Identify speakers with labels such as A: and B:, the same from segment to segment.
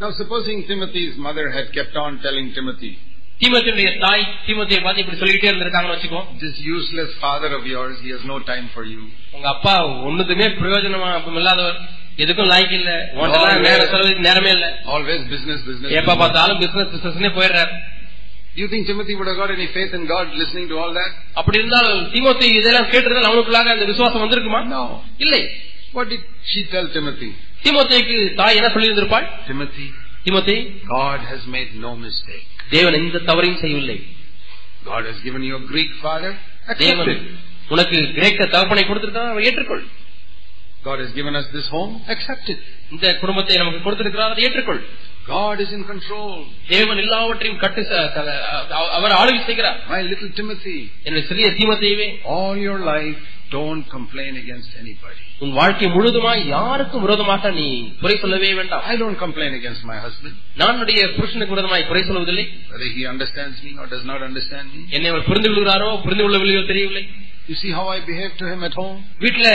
A: Now supposing Timothy's mother had kept on telling Timothy,
B: தீமத்தினுடைய தாய் தீமத்தியை பார்த்து இப்படி சொல்லிக்கிட்டே இருந்திருக்காங்கன்னு வச்சுக்கோ
A: this useless father of yours, he has no time for you.
B: உங்க அப்பா ஒண்ணுக்குமே பிரயோஜனமா அப்பம் இல்லாதவர் எதுக்கும் லாய்க்கு இல்ல
A: No,
B: உன்ட்டெல்லாம்
A: no.
B: நேரம் செலவு நேரமே இல்ல
A: Always business, business.
B: எப்ப
A: business.
B: பார்த்தாலும் பிசினஸ் பிசினஸ்னே போயிடுறாரு
A: You think Timothy would have got any faith in God listening to all that?
B: அப்படி இருந்தால் தீமோத்தி இதெல்லாம் கேட்டிருந்தால் அவனுக்குள்ளாக அந்த விசுவாசம் வந்திருக்குமா
A: No.
B: இல்லை
A: What did she tell Timothy?
B: தீமோத்தேக்கு தாய் என்ன சொல்லி இருந்திருப்பாள்
A: Timothy,
B: தீமோத்தே
A: God has made no mistake.
B: தேவன் எந்த தவறையும் செய்யவில்லை
A: God has given you a Greek father. Accept
B: தேவன்
A: it.
B: உனக்கு கிரேக்க தகப்பனை கொடுத்திருக்கான் அதை ஏற்றுக்கொள்
A: God has given us this home. Accept it.
B: இந்த குடும்பத்தை நமக்கு கொடுத்திருக்கிறார் அதை ஏற்றுக்கொள்
A: God is in control.
B: தேவன் எல்லாவற்றையும் கட்டு ச- க- அவ- அவர் ஆளுகை செய்கிறார்
A: My little Timothy,
B: என்னுடைய சிறிய தீமத்தையவே
A: all your life, don't complain against anybody.
B: உன் வாழ்க்கை முழுதுமாய் யாருக்கும் விரோதமாக நீ குறை சொல்லவே வேண்டாம்
A: I don't complain against my husband,
B: நான் என்னுடைய புருஷனுக்கு விரோதமாய் குறை சொல்வதில்லை
A: whether he understands me or does not understand me.
B: என்னை அவர் புரிந்து கொள்கிறாரோ புரிந்து கொள்ளவில்லையோ தெரியவில்லை
A: You see how I behave to him at home?
B: வீட்டுல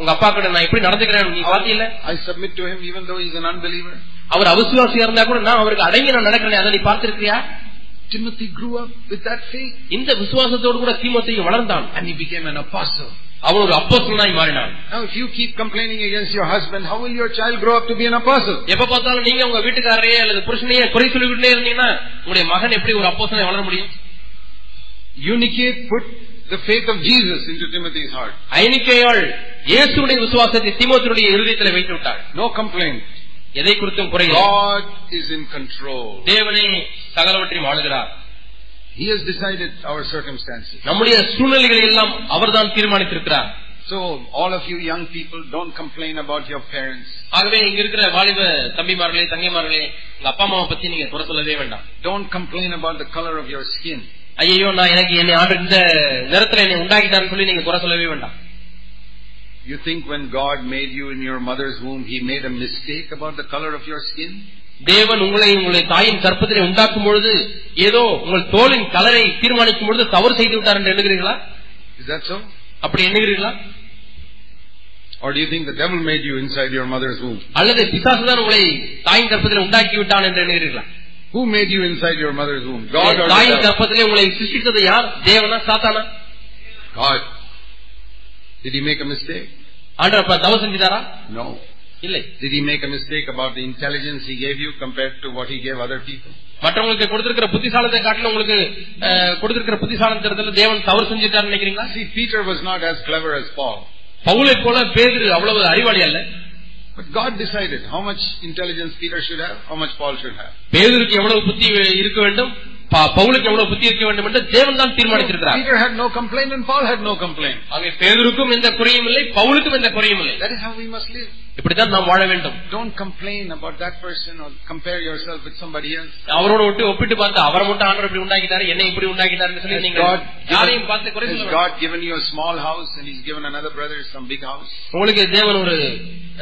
B: உங்க அப்பா கூட நான் எப்படி நடந்துக்கிறேன் நீ பாத்தீல்ல
A: I submit to him even though he's an unbeliever.
B: அவர் அவிசுவாசியா இருந்தா கூட நான் அவருக்கு அடங்கி நான் நடக்கிறேன் அதை நீ பார்த்திருக்கியா
A: Timothy grew up with that faith
B: இந்த விசுவாசத்தோடு கூட தீமோத்தையும் வளர்ந்தான்
A: and he became an apostle.
B: அவன் ஒரு அப்போஸ்தலனாய் மாறினான்
A: Now if you keep complaining against your husband, how will your child grow up to be an apostle?
B: எப்ப பார்த்தாலும் நீங்க உங்க வீட்டுக்காரரையே அல்லது புருஷனையே குறை சொல்லிக்கிட்டே இருந்தீங்கன்னா உங்களுடைய மகன் எப்படி ஒரு அப்போசனை வளர முடியும்
A: Eunuchate put the faith of Jesus into Timothy's heart.
B: ஐனிக்கையாள் இயேசுடைய விசுவாசத்தை தீமோத்தினுடைய இருதயத்தில் வைத்து விட்டாள்
A: No complaint.
B: எதை குறித்தும் குறை இல்லை.
A: God is in control.
B: தேவனே சகலவற்றையும் ஆளுகிறார்
A: He has decided our circumstances.
B: நம்முடைய சூழ்நிலைகளை எல்லாம் அவர்தான் தீர்மானித்திருக்கிறார்
A: So all of you young people, don't complain about your parents.
B: ஆகவே இங்க இருக்கிற வாலிப தம்பிமார்களே தங்கைமார்களே உங்க அப்பா அம்மாவை பத்தி நீங்க குறை சொல்லவே வேண்டாம்
A: Don't complain about the color of your skin.
B: ஐயோ நான் எனக்கு என்னை ஆண்டு இந்த நிறத்துல என்னை உண்டாக்கிட்டான்னு சொல்லி நீங்க குறை சொல்லவே வேண்டாம்
A: You think when God made you in your mother's womb, He made a mistake about the color of your skin?
B: தேவன் உங்களை உங்களுடைய தாயின் கற்பத்திலே உண்டாக்கும் பொழுது ஏதோ உங்கள் தோலின் கலரை தீர்மானிக்கும் பொழுது தவறு செய்து விட்டார் என்று எண்ணுகிறீர்களா
A: Is that so?
B: அப்படி எண்ணுகிறீர்களா
A: Or do you think the devil made you inside your mother's womb?
B: அல்லது பிசாசுதான் உங்களை தாயின் கற்பத்திலே உண்டாக்கி விட்டான் என்று எண்ணுகிறீர்களா
A: Who made you inside your mother's womb? God or the
B: தாயின்
A: devil?
B: கற்பத்திலே உங்களை சிருஷ்டித்தது யார் தேவனா சாத்தானா
A: God. Did he make a mistake?
B: ஆண்டவர் அப்ப தவறு செஞ்சுதாரா
A: No.
B: இல்லை
A: Did he make a mistake about the intelligence he gave you compared to what he gave other people?
B: மற்றவங்களுக்கு கொடுத்திருக்கிற புத்திசாலத்தை காட்டிலும் உங்களுக்கு அஹ், கொடுத்திருக்கிற புத்திசாலத்திரத்துல தேவன் தவறு செஞ்சுட்டார் நினைக்கிறீங்களா
A: See, Peter was not as clever as Paul.
B: பவுலை போல பேதுரு அவ்வளவு அறிவாளி அல்ல
A: But God decided how much intelligence Peter should have, how much Paul should have.
B: பேதுருக்கு எவ்வளவு புத்தி இருக்க வேண்டும் ப- பவுலுக்கு எவ்வளவு புத்தி இருக்க வேண்டும் என்று தேவன் தான் தீர்மானித்திருக்கிறார்
A: Peter had no complaint and Paul had no complaint.
B: ஆகவே பேதுருக்கும் எந்த குறையும் இல்லை பவுலுக்கும் எந்த குறையும் இல்லை
A: That is how we must live.
B: இப்படித்தான் நாம் வாழ வேண்டும்
A: Don't complain about that person or compare yourself with somebody else.
B: அவரோட ஒட்டி ஒப்பிட்டு பார்த்து அவரை மட்டும் ஆண்டவர் இப்படி உண்டாக்கிட்டாரு என்னை இப்படி உண்டாக்கிட்டாருன்னு சொல்லி
A: Has
B: நீங்க
A: God, given,
B: யாரையும் பார்த்து குறை
A: has
B: சொல்ல வேண்டாம்.
A: God given you a small house and He's given another brother some big house?
B: உங்களுக்கு தேவன் ஒரு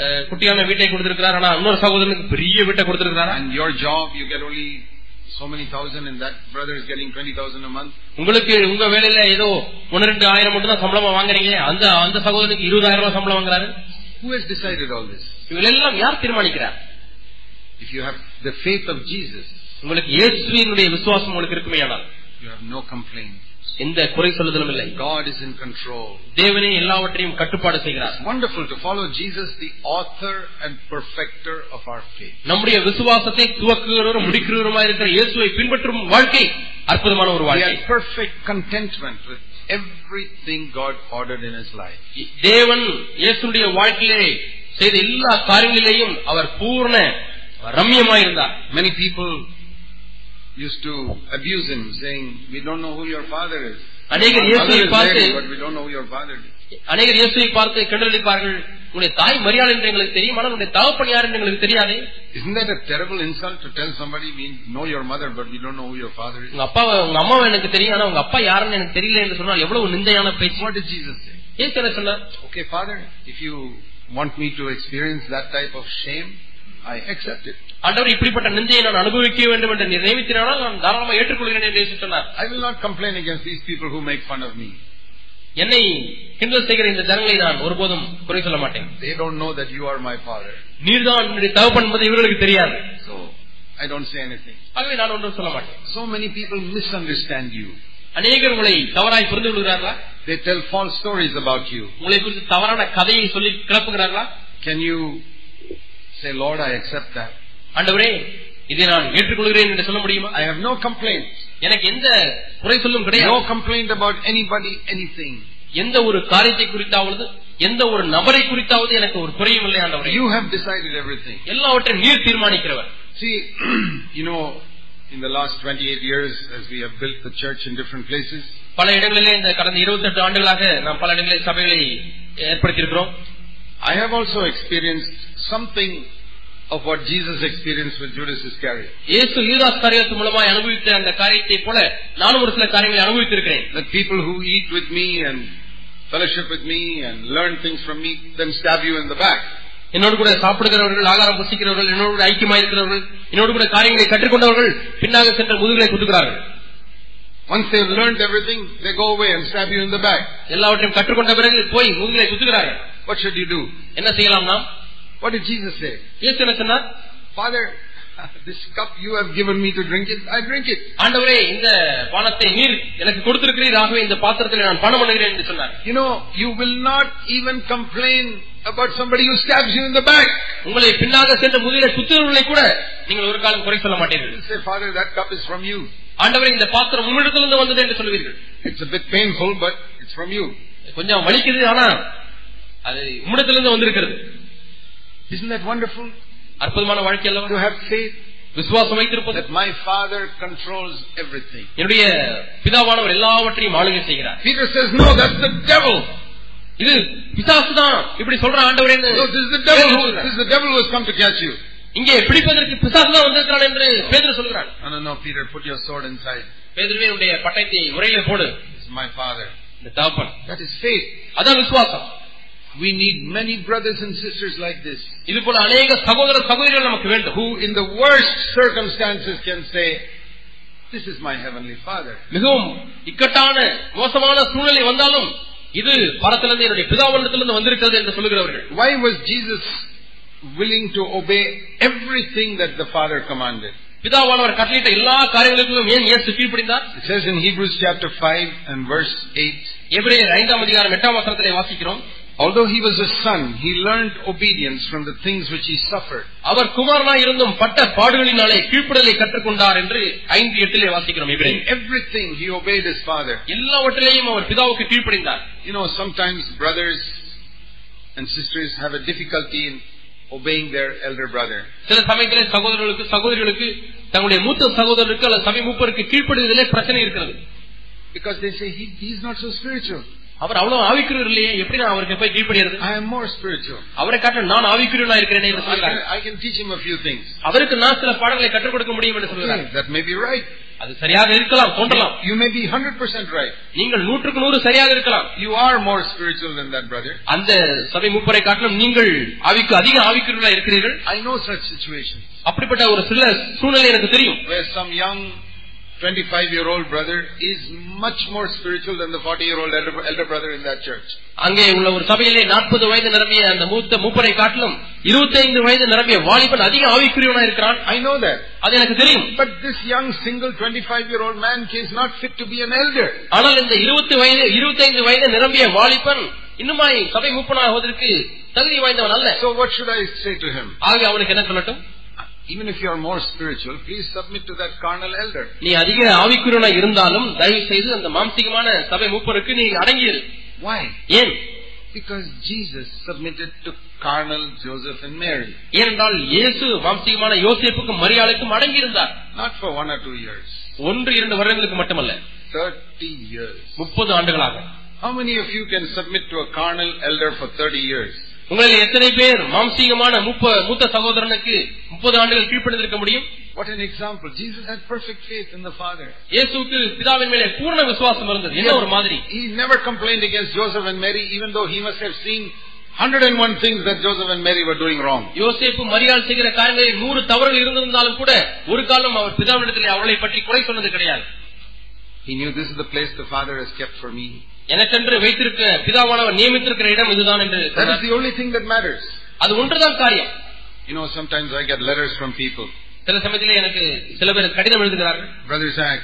B: அஹ், குட்டியான வீட்டை கொடுத்திருக்கிறார் ஆனா இன்னொரு சகோதரனுக்கு பெரிய வீட்டை கொடுத்திருக்கிறாரா
A: And your job, you get only so many thousand and that brother is getting 20,000 a month.
B: உங்களுக்கு உங்க வேலையில ஏதோ ஒன்னு ரெண்டு ஆயிரம் மட்டும் தான் சம்பளமா வாங்குறீங்க அந்த அந்த சகோதரனுக்கு இருபதாயிரம் ரூபாய் சம்பளம் வாங்குறாரு
A: Who has decided all this?
B: இவளெல்லாம் யார் தீர்மானிக்கிறார்
A: If you have the faith of Jesus,
B: உங்களுக்கு இயேசுவினுடைய விசுவாசம் உங்களுக்கு இருக்குமே ஆனால்
A: you have no complaint.
B: எந்த குறை சொல்லுதலும் இல்லை
A: God is in control.
B: தேவனே எல்லாவற்றையும் கட்டுப்பாடு செய்கிறார்
A: It's wonderful to follow Jesus, the author and perfecter of our faith.
B: நம்முடைய விசுவாசத்தை துவக்குகிறவரும் முடிக்கிறவருமா இருக்கிற இயேசுவை பின்பற்றும் வாழ்க்கை அற்புதமான ஒரு
A: We
B: வாழ்க்கை
A: have perfect contentment with everything God ordered in His life.
B: தேவன் இயேசுடைய வாழ்க்கையிலே செய்த எல்லா காரியங்களிலேயும் அவர் பூர்ண ரம்யமாயிருந்தார்
A: Many people used to abuse him, saying, We don't know who your father is.
B: அநேகர்
A: Your mother
B: இயேசுவை
A: is
B: பார்த்து
A: there, but we don't know who your father is.
B: அநேகர் இயேசுவை பார்த்து கண்டளிப்பார்கள் உங்களுடைய தாய் மரியாள் என்று எங்களுக்கு தெரியும் ஆனால் உங்களுடைய தகப்பன் யார் என்று எங்களுக்கு தெரியாதே
A: Isn't that a terrible insult to tell somebody we know your mother, but we don't know who your father is?
B: உங்க அப்பாவை உங்க அம்மாவை எனக்கு தெரியும் ஆனா உங்க அப்பா யாருன்னு எனக்கு தெரியல என்று சொன்னால் எவ்வளவு நிந்தையான பேச்சு
A: What did Jesus say?
B: இயேசு என்ன சொன்னார்
A: Okay, Father, if you want me to experience that type of shame, I accept it.
B: ஆண்டவர் இப்படிப்பட்ட நிந்தையை நான் அனுபவிக்க வேண்டும் என்று நீர் நியமித்தினால் நான் தாராளமாக ஏற்றுக்கொள்கிறேன் என்று இயேசு சொன்னார்
A: I will not complain against these people who make fun of me.
B: என்னை கிண்டல் செய்கிற இந்த ஜனங்களை நான் ஒருபோதும் குறை சொல்ல மாட்டேன்
A: They don't know that you are my father.
B: நீர்தான் என்னுடைய தகப்பன் என்பது இவர்களுக்கு தெரியாது
A: So I don't say anything.
B: ஆகவே நான் ஒன்றும் சொல்ல மாட்டேன்
A: So many people misunderstand you.
B: அநேகர் உங்களை தவறாய் புரிந்து கொள்கிறார்களா
A: They tell false stories about you.
B: உங்களை குறித்து தவறான கதையை சொல்லி கிளப்புகிறார்களா
A: Can you say, Lord, I accept that?
B: ஆண்டவரே இதை நான் ஏற்றுக்கொள்கிறேன் என்று சொல்ல முடியுமா
A: I have no complaints.
B: எனக்கு எந்த குறை சொல்லும் கிடையாது
A: No complaint about anybody, anything.
B: எந்த ஒரு காரியத்தை குறித்தாவது எந்த ஒரு நபரை குறித்தாவது எனக்கு ஒரு குறையும் இல்லை ஆண்டவரே
A: You have decided everything.
B: எல்லாவற்றையும் நீர் தீர்மானிக்கிறவர்
A: See, you know, in the last 28 years, as we have built the church in different places,
B: பல இடங்களிலே இந்த கடந்த 28 ஆண்டுகளாக நாம் பல இடங்களில் சபைகளை ஏற்படுத்தியிருக்கிறோம்
A: I have also experienced something of what Jesus experienced with Judas Iscariot.
B: இயேசு யூதாஸ் காரியத்து மூலமாய் அனுபவித்த அந்த காரியத்தை போல நானும் ஒரு சில காரியங்களை அனுபவித்திருக்கிறேன்
A: That people who eat with me and fellowship with me and learn things from me, then stab you in the back.
B: என்னோடு கூட சாப்பிடுகிறவர்கள் ஆகாரம் புசிக்கிறவர்கள் என்னோடு கூட ஐக்கியமாயிருக்கிறவர்கள் என்னோடு கூட காரியங்களை கற்றுக்கொண்டவர்கள் பின்னாக சென்ற முதுகுகளை குத்துகிறார்கள்
A: Once they've learned everything, they go away and stab you in the back.
B: எல்லாவற்றையும் கற்றுக்கொண்ட பிறகு போய் முதுகுகளை குத்துகிறார்கள்
A: What should you do?
B: என்ன செய்யலாம் நாம்
A: What did Jesus say?
B: இயேசு என்ன சொன்னார்
A: Father, this cup you have given me to drink it, I drink it.
B: ஆண்டவரே இந்த பானத்தை நீர் எனக்கு கொடுத்திருக்கிறீர் ஆகவே இந்த பாத்திரத்தில் நான் பணம் பண்ணுகிறேன் என்று சொன்னார்
A: You know, you will not even complain about somebody who stabs you in the back.
B: உங்களை பின்னாக சென்ற முதுகில குத்துகிறவர்களை கூட நீங்கள் ஒரு காலம் குறை சொல்ல மாட்டீர்கள்
A: You say, Father, that cup is from you.
B: ஆண்டவரே இந்த பாத்திரம் உங்களிடத்திலிருந்து வந்தது என்று சொல்வீர்கள்
A: It's a bit painful, but it's from you.
B: கொஞ்சம் வலிக்குது ஆனா அது உம்மிடத்திலிருந்து வந்திருக்கிறது
A: Isn't that wonderful?
B: அற்புதமான வாழ்க்கை
A: To
B: அல்லவா
A: have faith
B: விசுவாசம் வைத்திருப்பது
A: that my Father controls everything.
B: என்னுடைய பிதாவானவர் எல்லாவற்றையும் ஆளுகை செய்கிறார்
A: Peter says, No, that's the devil.
B: இது பிசாசு தான் இப்படி சொல்ற ஆண்டவரேன்னு
A: No, this is the devil.
B: பேதுரு
A: Who,
B: சொல்றார்.
A: this is the devil who has come to catch you.
B: இங்கே பிடிப்பதற்கு பிசாசு தான் வந்திருக்கிறான் என்று பேதர் சொல்கிறான்
A: No, no, no, Peter, put your sword inside.
B: பேதருவே உடைய பட்டயத்தை உரையில போடு
A: This is my Father.
B: இந்த தகப்பன்
A: That is faith.
B: அதான் விசுவாசம்
A: We need many brothers and sisters like this
B: இது போல அநேக சகோதர சகோதரிகள் நமக்கு வேண்டும்
A: who, in the worst circumstances, can say, This is my Heavenly Father.
B: மிகவும் இக்கட்டான மோசமான சூழ்நிலை வந்தாலும் இது பரத்திலிருந்து என்னுடைய பிதாவண்டத்திலிருந்து வந்திருக்கிறது என்று சொல்லுகிறவர்கள்
A: Why was Jesus willing to obey everything that the Father commanded?
B: பிதாவானவர் கட்டளையிட்ட எல்லா காரியங்களுக்கும் ஏன் இயேசு கீழ்ப்படிந்தார்
A: It says in Hebrews chapter 5 and verse 8,
B: எபிரேயர் ஐந்தாம் அதிகாரம் எட்டாம் வசனத்திலே வாசிக்கிறோம்
A: although he was a son, he learned obedience from the things which he suffered.
B: அவர் குமாரனாய் இருந்தும் பட்ட பாடுகளினாலே கீழ்ப்படலை கற்றுக்கொண்டார் என்று ஐந்து எட்டிலே வாசிக்கிறோம்
A: In
B: எபிரேயர்
A: everything he obeyed his father.
B: எல்லாவற்றிலேயும் அவர் பிதாவுக்கு கீழ்ப்படிந்தார்
A: You know, sometimes brothers and sisters have a difficulty in obeying their elder brother.
B: சில சமயத்திலே சகோதரர்களுக்கு சகோதரிகளுக்கு தங்களுடைய மூத்த சகோதரருக்கு அல்லது சபை மூப்பருக்கு கீழ்ப்படுவதிலே பிரச்சனை இருக்கிறது
A: Because they say, he, he's not so spiritual.
B: அவர் அவ்வளவு ஆவிக்கிறவர் இல்லையே எப்படி நான் அவருக்கு போய் கீழ்ப்படுகிறது
A: I am more spiritual.
B: அவரை காட்ட நான் ஆவிக்குரியவனா இருக்கிறேனே என்று
A: I can,
B: சொல்கிறார்
A: I can teach him a few things.
B: அவருக்கு நான் சில பாடங்களை கற்றுக் கொடுக்க முடியும் என்று சொல்கிறார்
A: Okay, that may be right.
B: அது சரியாக இருக்கலாம் தோன்றலாம்
A: You may be 100% right.
B: நீங்கள் நூற்றுக்கு நூறு சரியாக இருக்கலாம்
A: You are more spiritual than that brother.
B: அந்த சபை மூப்பரை காட்டிலும் நீங்கள் ஆவிக்கு அதிக ஆவிக்குரியவனா இருக்கிறீர்கள்
A: I know such situations
B: அப்படிப்பட்ட ஒரு சில சூழ்நிலை எனக்கு தெரியும்
A: where some young 25 year old brother is much more spiritual than the 40 year old elder, elder brother in that church.
B: அங்கே உள்ள ஒரு சபையிலே நாற்பது வயது நிரம்பிய அந்த மூத்த மூப்பரை காட்டிலும் 25 வயது நிரம்பிய வாலிபன் அதிக ஆவிக்குரியவனா இருக்கிறான்
A: I know that.
B: அது எனக்கு தெரியும்
A: But this young single 25 year old man is not fit to be an elder.
B: ஆனால் இந்த இருபத்து வயது 25 வயது நிரம்பிய வாலிபன் இன்னுமாய் சபை மூப்பனாகுவதற்கு தகுதி வாய்ந்தவன் அல்ல
A: So what should I say to him?
B: ஆகவே அவனுக்கு என்ன சொல்லட்டும்
A: Even if you are more spiritual, please submit to that carnal elder.
B: நீ அதிக ஆவிக்குரியனா இருந்தாலும் தயவு செய்து அந்த மாம்சிகமான சபை மூப்பருக்கு நீ அடங்கியிரு
A: Why?
B: ஏன்
A: Because Jesus submitted to carnal Joseph and Mary.
B: ஏனென்றால் இயேசு மாம்சிகமான யோசேப்புக்கும் மரியாளுக்கும் அடங்கியிருந்தார்
A: Not for one or two years.
B: ஒன்று இரண்டு வருடங்களுக்கு மட்டுமல்ல
A: 30 years.
B: முப்பது ஆண்டுகளாக
A: How many of you can submit to a carnal elder for 30 years?
B: உங்களில் எத்தனை பேர் மாம்சீகமான மூப்ப- மூத்த சகோதரனுக்கு முப்பது ஆண்டுகள் கீழ்ப்படிந்திருக்க முடியும்
A: What an example. Jesus had perfect faith in the Father.
B: இயேசுவுக்கு பிதாவின் மேலே பூர்ண விசுவாசம் இருந்தது என்ன ஒரு மாதிரி
A: He never complained against Joseph and Mary, even though he must have seen 101 things that Joseph and Mary were doing wrong.
B: யோசேப்பு மரியாள் செய்கிற காரியங்களில் நூறு தவறுகள் இருந்திருந்தாலும் கூட ஒரு காலம் அவர் பிதாவினிடத்திலே அவளை பற்றி குறை சொன்னது கிடையாது
A: He knew this is the place the Father has kept for me.
B: எனக்கென்று வைத்திருக்க பிதாவானவர் நியமித்திருக்கிற இடம் இதுதான் என்று
A: That
B: சொன்னார்.
A: is the only thing that matters.
B: அது ஒன்றுதான் காரியம்
A: You know, sometimes I get letters from people.
B: சில சமயத்திலே எனக்கு சில பேர் கடிதம் எழுதுகிறார்கள்
A: Brother Zach,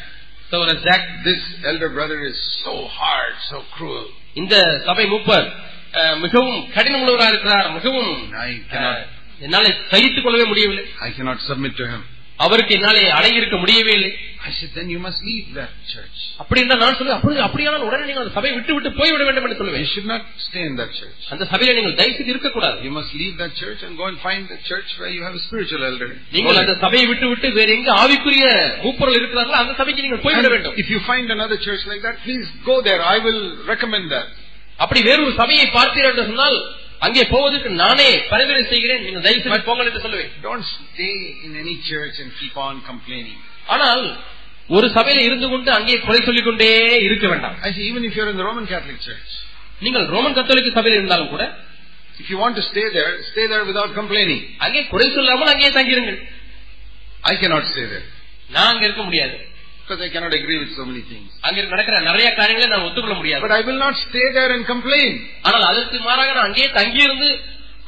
B: சகோதரர் Zach
A: this elder brother is so hard, so cruel.
B: இந்த சபை மூப்பர் அஹ், மிகவும் கடினம் உள்ளவராக இருக்கிறார் மிகவும்
A: I
B: அஹ்,
A: cannot,
B: என்னாலே சகித்துக் கொள்ளவே முடியவில்லை
A: I cannot submit to him.
B: அவருக்கு என்னாலே அடங்கியிருக்க முடியவே இல்லை
A: I said, then you must leave that church.
B: அப்படி என்றால் நான் சொல்லுவேன் அப்படி அப்படியானால் உடனே நீங்கள் அந்த சபையை விட்டு விட்டு போய்விட வேண்டும் என்று
A: You
B: சொல்லுவேன்
A: should not stay in that church.
B: அந்த சபையில நீங்கள் தயவு செய்து இருக்கக்கூடாது
A: You must leave that church and go and find the church where you have a spiritual elder.
B: நீங்கள் அந்த சபையை விட்டு விட்டு வேற எங்க ஆவிக்குரிய மூப்பொருள் இருக்கிறார்களோ அந்த சபைக்கு நீங்கள் போய்விட
A: And
B: வேண்டும்
A: if you find another church like that, please go there. I will recommend that.
B: அப்படி வேறொரு சபையை பார்த்தீர்கள் என்று சொன்னால் அங்கே போவதற்கு நானே பரிந்துரை செய்கிறேன் நீங்கள் தயவு செய்து போங்கள் என்று சொல்லுவேன்
A: Don't stay in any church and keep on complaining.
B: ஆனால் ஒரு சபையில இருந்து கொண்டு அங்கே குறை சொல்லிக் கொண்டே இருக்க வேண்டாம்
A: I see, even if you're in the Roman Catholic Church,
B: நீங்கள் ரோமன் கத்தோலிக்க சபையில் இருந்தாலும் கூட
A: if you want to stay there, stay there without complaining.
B: அங்கே குறை சொல்லாமல் அங்கே தங்கியிருங்கள்
A: I cannot stay there
B: நான் அங்க இருக்க முடியாது
A: because I cannot agree with so many things.
B: அங்க நடக்கிற நிறைய காரியங்களை நான் ஒத்துக்கொள்ள முடியாது
A: But I will not stay there and complain.
B: ஆனால் அதற்கு மாறாக நான் அங்கேயே தங்கியிருந்து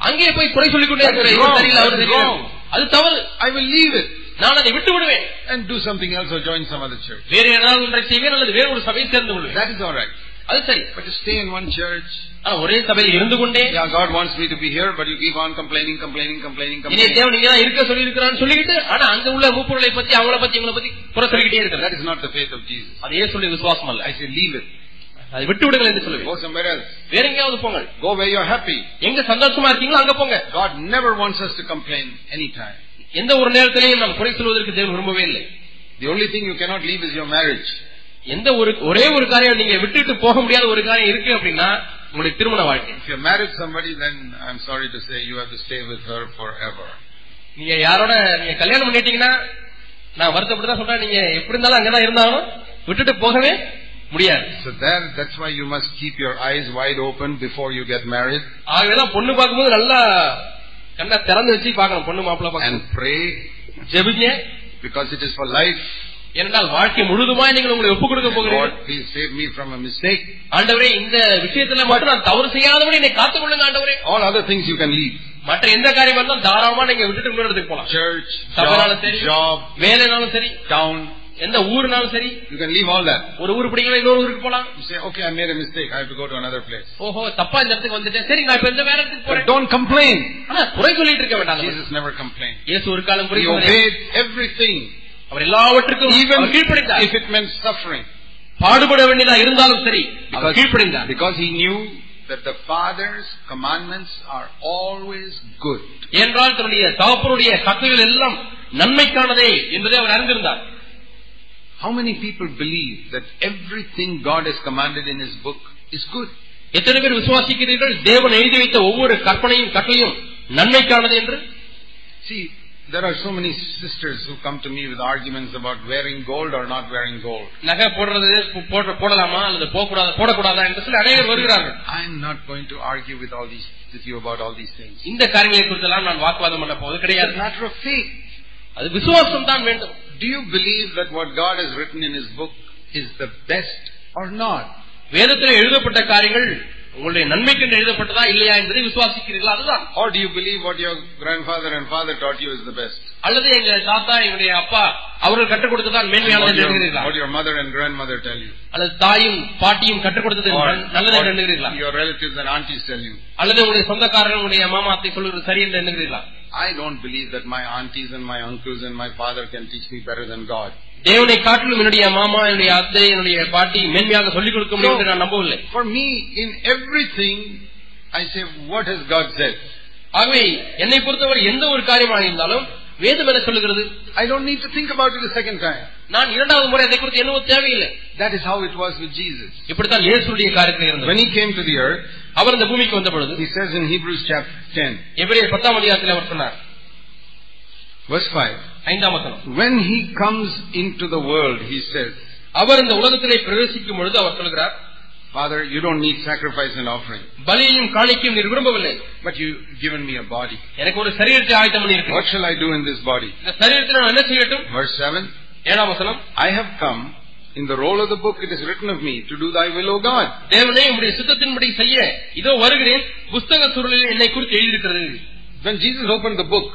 B: அங்கேயே போய் குறை சொல்லிக் கொண்டே இருக்கிறேன் இது
A: Wrong.
B: சரியில்லை, அவர் சரியில்லை.
A: Wrong.
B: அது தவறு
A: I will leave it
B: நான் அதை விட்டு விடுவேன்
A: and do something else or join some other church.
B: வேறு ஏதாவது ஒன்றை செய்வேன் அல்லது வேறு ஒரு சபையை சேர்ந்து கொள்வேன்
A: That is alright.
B: அது சரி
A: But to stay in one church,
B: ஆனா ஒரே சபையில் இருந்து கொண்டே
A: yeah, God wants me to be here, but you keep on complaining, complaining, complaining,
B: இனிய
A: complaining.
B: தேவன் நீங்க தான் இருக்க சொல்லி இருக்கிறான்னு சொல்லிக்கிட்டு ஆனா அங்க உள்ள மூப்பொருளை பத்தி அவங்கள பத்தி இவங்கள பத்தி புற சொல்லிக்கிட்டே இருக்கிறார்
A: That is not the faith of Jesus.
B: அது ஏன் சொல்லி விசுவாசம் அல்ல
A: I say leave it.
B: அதை விட்டு விடுங்கள் என்று சொல்லுவேன்
A: Go somewhere else.
B: வேற எங்கேயாவது போங்கள்
A: Go where you're happy.
B: எங்க சந்தோஷமா இருக்கீங்களோ அங்க போங்க
A: God never wants us to complain anytime.
B: எந்த ஒரு நேரத்திலையும் நாம் குறை சொல்வதற்கு தேவன் விரும்பவே இல்லை
A: The only thing you cannot leave is your marriage.
B: எந்த ஒரு ஒரே ஒரு காரியம் நீங்க விட்டுட்டு போக முடியாத ஒரு காரியம் இருக்கு அப்படின்னா உங்களுடைய திருமண வாழ்க்கை
A: If you're married somebody, then I'm sorry to say you have to stay with her forever.
B: நீங்க யாரோட நீங்க கல்யாணம் பண்ணிட்டீங்கன்னா நான் வருத்தப்பட்டு தான் சொல்றேன் நீங்க எப்படி இருந்தாலும் அங்கதான் இருந்தாலும் விட்டுட்டு போகவே முடியாது
A: So there, that's why you must keep your eyes wide open before you get married
B: ஆகவேதான் பொண்ணு பார்க்கும்போது நல்லா கண்ணை திறந்து வச்சு பார்க்கணும் பொண்ணு மாப்பிள்ள
A: and
B: பார்க்கணும்
A: pray
B: ஜெபிங்க
A: because it is for life.
B: ஏனென்றால் வாழ்க்கை முழுதுமா நீங்கள் உங்களை ஒப்புக் கொடுக்க
A: Lord,
B: போகிறீர்கள்
A: please save me from a mistake.
B: ஆண்டவரே இந்த விஷயத்துல மட்டும் நான் தவறு செய்யாதபடி என்னை காத்துக் கொள்ளுங்க ஆண்டவரே
A: All other things you can leave.
B: மற்ற எந்த காரியமா இருந்தாலும் தாராளமா நீங்க விட்டுட்டு இன்னொரு இடத்துக்கு போலாம்
A: Church,
B: சபைனாலும்
A: job,
B: சரி
A: job,
B: வேலைனாலும் சரி
A: town,
B: எந்த ஊருனாலும் சரி
A: you can leave all that.
B: ஒரு ஊர் பிடிக்கல இன்னொரு ஊருக்கு போலாம்
A: You say, okay, I made a mistake. I have to go to another place.
B: ஓஹோ தப்பா இந்த இடத்துக்கு வந்துட்டேன் சரி நான் இப்ப இந்த வேற இடத்துக்கு
A: But
B: போறேன்
A: don't complain.
B: ஆனா குறை சொல்லிட்டு இருக்க வேண்டாம் அந்த
A: Jesus never complained.
B: மாதிரி. இயேசு ஒரு காலம் குறை
A: He
B: சொல்லவில்லை.
A: obeyed everything,
B: அவர் எல்லாவற்றுக்கும்
A: even
B: our கீழ்ப்படிந்தார்
A: if it meant suffering.
B: பாடுபட வேண்டியதா இருந்தாலும் சரி அவர் கீழ்ப்படிந்தார்
A: because he knew that the Father's commandments are always good.
B: ஏனென்றால் தன்னுடைய தகப்பனுடைய கட்டளைகள் எல்லாம் நன்மைக்கானதே என்பதை அவர் அறிந்திருந்தார்
A: How many people believe that everything God has commanded in his book is good?
B: எத்தனை பேர் விசுவாசிக்கிறீர்கள் தேவன் எழுதி வைத்த ஒவ்வொரு கற்பனையும் கட்டளையும் நன்மைக்கானது என்று
A: See, there are so many sisters who come to me with arguments about wearing gold or not wearing gold.
B: நகை போடுறது போ- போட- போடலாமா அல்லது போகக்கூடாது போடக்கூடாதா என்று சொல்லி அநேகர் வருகிறார்கள்
A: I am not going to argue with all these with you about all these things.
B: இந்த காரியங்களை குறித்தெல்லாம் நான் வாக்குவாதம் பண்ண போவது
A: It's
B: கிடையாது
A: a matter of faith.
B: அது விசுவாசம் தான் வேண்டும்
A: Do you believe that what God has written in his book is the best or not?
B: வேதத்தில் எழுதப்பட்ட காரியங்கள் உங்களுடைய நன்மைக்கு என்று எழுதப்பட்டதா இல்லையா என்பதை விசுவாசிக்கிறீர்களா அதுதான்
A: Or do you believe what your grandfather and father taught you is the best?
B: அல்லது எங்க தாத்தா எங்களுடைய அப்பா அவர்கள் கற்றுக் கொடுத்ததான் மேன்மையானது
A: what
B: என்று
A: your,
B: எழுதுகிறீர்களா
A: what your mother and grandmother tell you.
B: அல்லது தாயும் பாட்டியும் கற்றுக் கொடுத்தது நல்- நல்லது என்று எண்ணுகிறீர்களா
A: your relatives and aunties tell you.
B: அல்லது உங்களுடைய சொந்தக்காரர்கள் உங்களுடைய மாமா அத்தை சொல்வது சரி என்று எண்ணுகிறீர்களா
A: I don't believe that my aunties and my uncles and my father can teach me better than God.
B: தேவனை காட்டிலும் என்னுடைய மாமா என்னுடைய அத்தை என்னுடைய பாட்டி மேன்மையாக சொல்லிக் கொடுக்க முடியும் என்று நான் நம்பவில்லை
A: For me, in everything, I say, what has God said?
B: ஆகவே என்னை பொறுத்தவரை எந்த ஒரு காரியமாக இருந்தாலும் வேதம் என்ன சொல்லுகிறது
A: I don't need to think about it a second time.
B: நான் இரண்டாவது முறை அதை குறித்து என்னவோ தேவையில்லை
A: That is how it was with Jesus.
B: இப்படித்தான் இயேசுடைய காரியத்தில்
A: When
B: இருந்தது
A: he came to the earth,
B: அவர் இந்த பூமிக்கு வந்த பொழுது
A: he says in Hebrews chapter 10,
B: எபிரேயர் பத்தாம் அதிகாரத்தில் அவர் சொன்னார்
A: verse 5,
B: ஐந்தாம் வசனம்
A: when he comes into the world, he says,
B: அவர் இந்த உலகத்திலே பிரவேசிக்கும் பொழுது அவர் சொல்கிறார்
A: Father, you don't need sacrifice and offering,
B: பலியையும் காணிக்கையும் நீர் விரும்பவில்லை
A: but you've given me a body.
B: எனக்கு ஒரு சரீரத்தை ஆயத்தம் பண்ணியிருக்கிறேன்
A: What shall I do in this body?
B: இந்த சரீரத்தில் நான் என்ன செய்யட்டும்
A: Verse 7
B: ஏழாம் வசனம்
A: I have come, in the roll of the book it is written of me, to do thy will, O God.
B: தேவனே உம்முடைய சித்தத்தின்படி செய்ய இதோ வருகிறேன் புஸ்தக சுருளில் என்னை குறித்து எழுதியிருக்கிறது
A: When Jesus opened the book,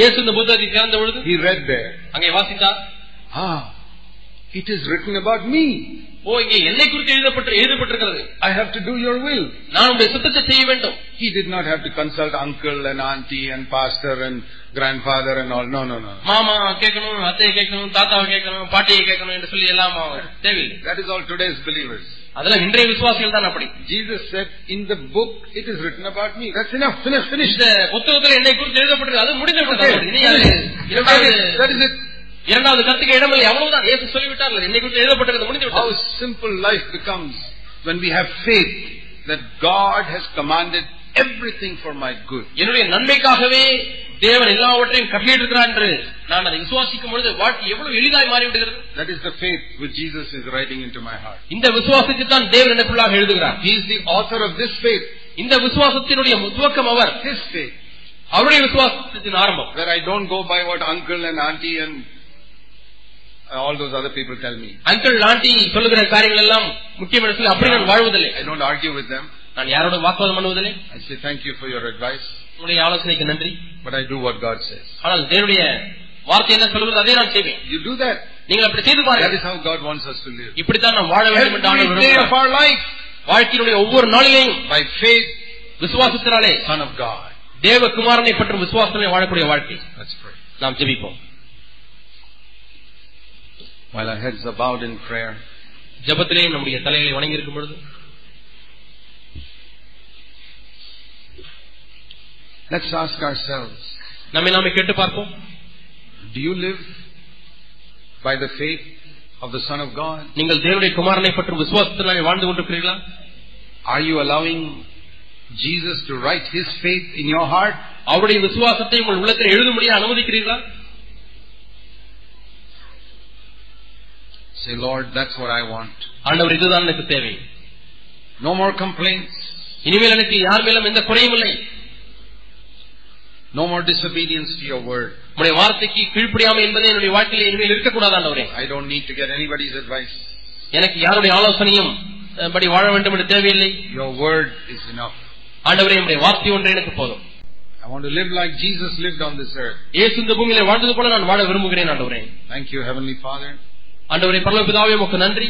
B: இயேசு இந்த புத்தகத்தை திறந்த பொழுது
A: He read there,
B: அங்கே வாசித்தார்
A: Ah, it is written about me.
B: ஓ இங்கே என்னை குறித்து எழுதப்பட்டு எழுதப்பட்டிருக்கிறது
A: I have to do your will.
B: நான் உடைய சுத்தத்தை செய்ய வேண்டும்
A: He did not have to consult uncle and auntie and pastor and grandfather and all. No, no, no.
B: மாமா கேட்கணும் அத்தையை கேட்கணும் தாத்தாவை கேட்கணும் பாட்டியை கேட்கணும் என்று சொல்லி எல்லாம் அவர் தேவையில்லை
A: That is all today's believers.
B: அதெல்லாம் இன்றைய விசுவாசிகள் தான் அப்படி
A: Jesus said, in the book it is written about me. That's enough. Finish, finish.
B: இந்த புத்தகத்தில் என்னை குறித்து எழுதப்பட்டிருக்கு அது முடிந்து
A: Okay.
B: விட்டது. இனி அது
A: That
B: இரண்டாவது
A: is it. That is it.
B: இரண்டாவது கத்துக்க இடமில்லை அவ்வளவுதான் இயேசு சொல்லிவிட்டார் என்னை குறித்து எழுதப்பட்டிருக்கு முடிந்து
A: How
B: விட்டது
A: simple life becomes when we have faith that God has commanded everything for my good.
B: என்னுடைய நன்மைக்காகவே தேவன் எல்லாவற்றையும் கட்டளையிட்டிருக்கிறார் என்று நான் அதை விசுவாசிக்கும் பொழுது வாழ்க்கை எவ்வளவு எளிதாய் மாறிவிடுகிறது
A: That is the faith which Jesus is writing into my heart.
B: இந்த விசுவாசத்தை தான் தேவன் எனக்குள்ளாக எழுதுகிறார்
A: He is the author of this faith,
B: இந்த விசுவாசத்தினுடைய துவக்கம் அவர்
A: his faith,
B: அவருடைய விசுவாசத்தின் ஆரம்பம்
A: where I don't go by what uncle and auntie and uh, all those other people tell me.
B: Uncle நாட்டி சொல்லுகிற காரியங்கள் எல்லாம் முக்கிய இடத்துல அப்படி நான் வாழ்வதில்லை
A: I don't argue with them.
B: நான் யாரோட வாக்குவாதம் பண்ணுவதில்லை
A: I say thank you for your advice,
B: உங்களுடைய ஆலோசனைக்கு நன்றி
A: but I do what God says.
B: ஆனால் தேவனுடைய வார்த்தை என்ன சொல்கிறது அதே நான் செய்வேன்
A: You do that.
B: நீங்கள் அப்படி செய்து
A: That is
B: பாருங்கள்
A: how God wants us to live.
B: இப்படித்தான் நாம் வாழ வேண்டும் என்று ஆண்டவர்
A: Every day of
B: விரும்புகிறார்.
A: our life,
B: வாழ்க்கையினுடைய ஒவ்வொரு நாளிலையும்
A: by faith,
B: விசுவாசத்தினாலே
A: Son of God.
B: தேவகுமாரனை பற்றும் விசுவாசத்திலே வாழக்கூடிய வாழ்க்கை
A: Let's pray.
B: நாம் ஜெபிப்போம்
A: While our heads are bowed in prayer,
B: ஜெபத்திலே நம்முடைய தலைகளை வணங்கி இருக்கும் பொழுது
A: let's ask ourselves,
B: நம்மை நாமே கேட்டு பார்ப்போம்
A: do you live by the faith of the Son of God?
B: நீங்கள் தேவனுடைய குமாரனை பற்றும் விசுவாசத்தினாலே வாழ்ந்து கொண்டிருக்கிறீர்களா
A: Are you allowing Jesus to write his faith in your heart?
B: அவருடைய விசுவாசத்தை உங்கள் உள்ளத்தில் எழுதும்படி அனுமதிக்கிறீர்களா
A: Say, Lord, that's what I want.
B: ஆண்டவர் இதுதான் எனக்கு தேவை
A: No more complaints,
B: இனிமேல் எனக்கு யார் மேலும் எந்த குறையும் இல்லை
A: no more disobedience to your word.
B: உங்களுடைய வார்த்தைக்கு கீழ்ப்படியாமை என்பதே என்னுடைய வாழ்க்கையில் இனிமேல் இருக்கக்கூடாது ஆண்டவரே
A: I don't need to get anybody's advice.
B: எனக்கு யாருடைய ஆலோசனையும் அஹ், படி வாழ வேண்டும் என்று தேவையில்லை
A: Your word is enough.
B: ஆண்டவரே என்னுடைய வார்த்தை ஒன்று எனக்கு போதும்
A: I want to live like Jesus lived on this earth.
B: இயேசு இந்த பூமியிலே வாழ்ந்தது போல நான் வாழ விரும்புகிறேன் ஆண்டவரே
A: Thank you, Heavenly Father,
B: ஆண்டவரே பரலோபிதாவே உமக்கு நன்றி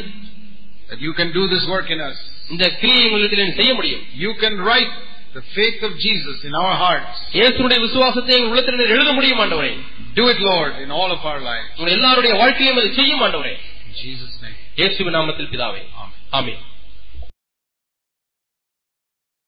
A: that you can do this work in us.
B: இந்த கிரியை உங்களிடத்தில் செய்ய முடியும்
A: You can write the faith of Jesus in our hearts.
B: இயேசுடைய விசுவாசத்தை எங்கள் உள்ளத்தில் நீர் எழுத முடியும் ஆண்டவரே
A: Do it, Lord, in all of our lives.
B: உங்கள் எல்லாருடைய வாழ்க்கையிலும் அதை செய்யும் ஆண்டவரே
A: In Jesus' name.
B: இயேசுவின் நாமத்தில் பிதாவே
A: Amen.
B: ஆமென்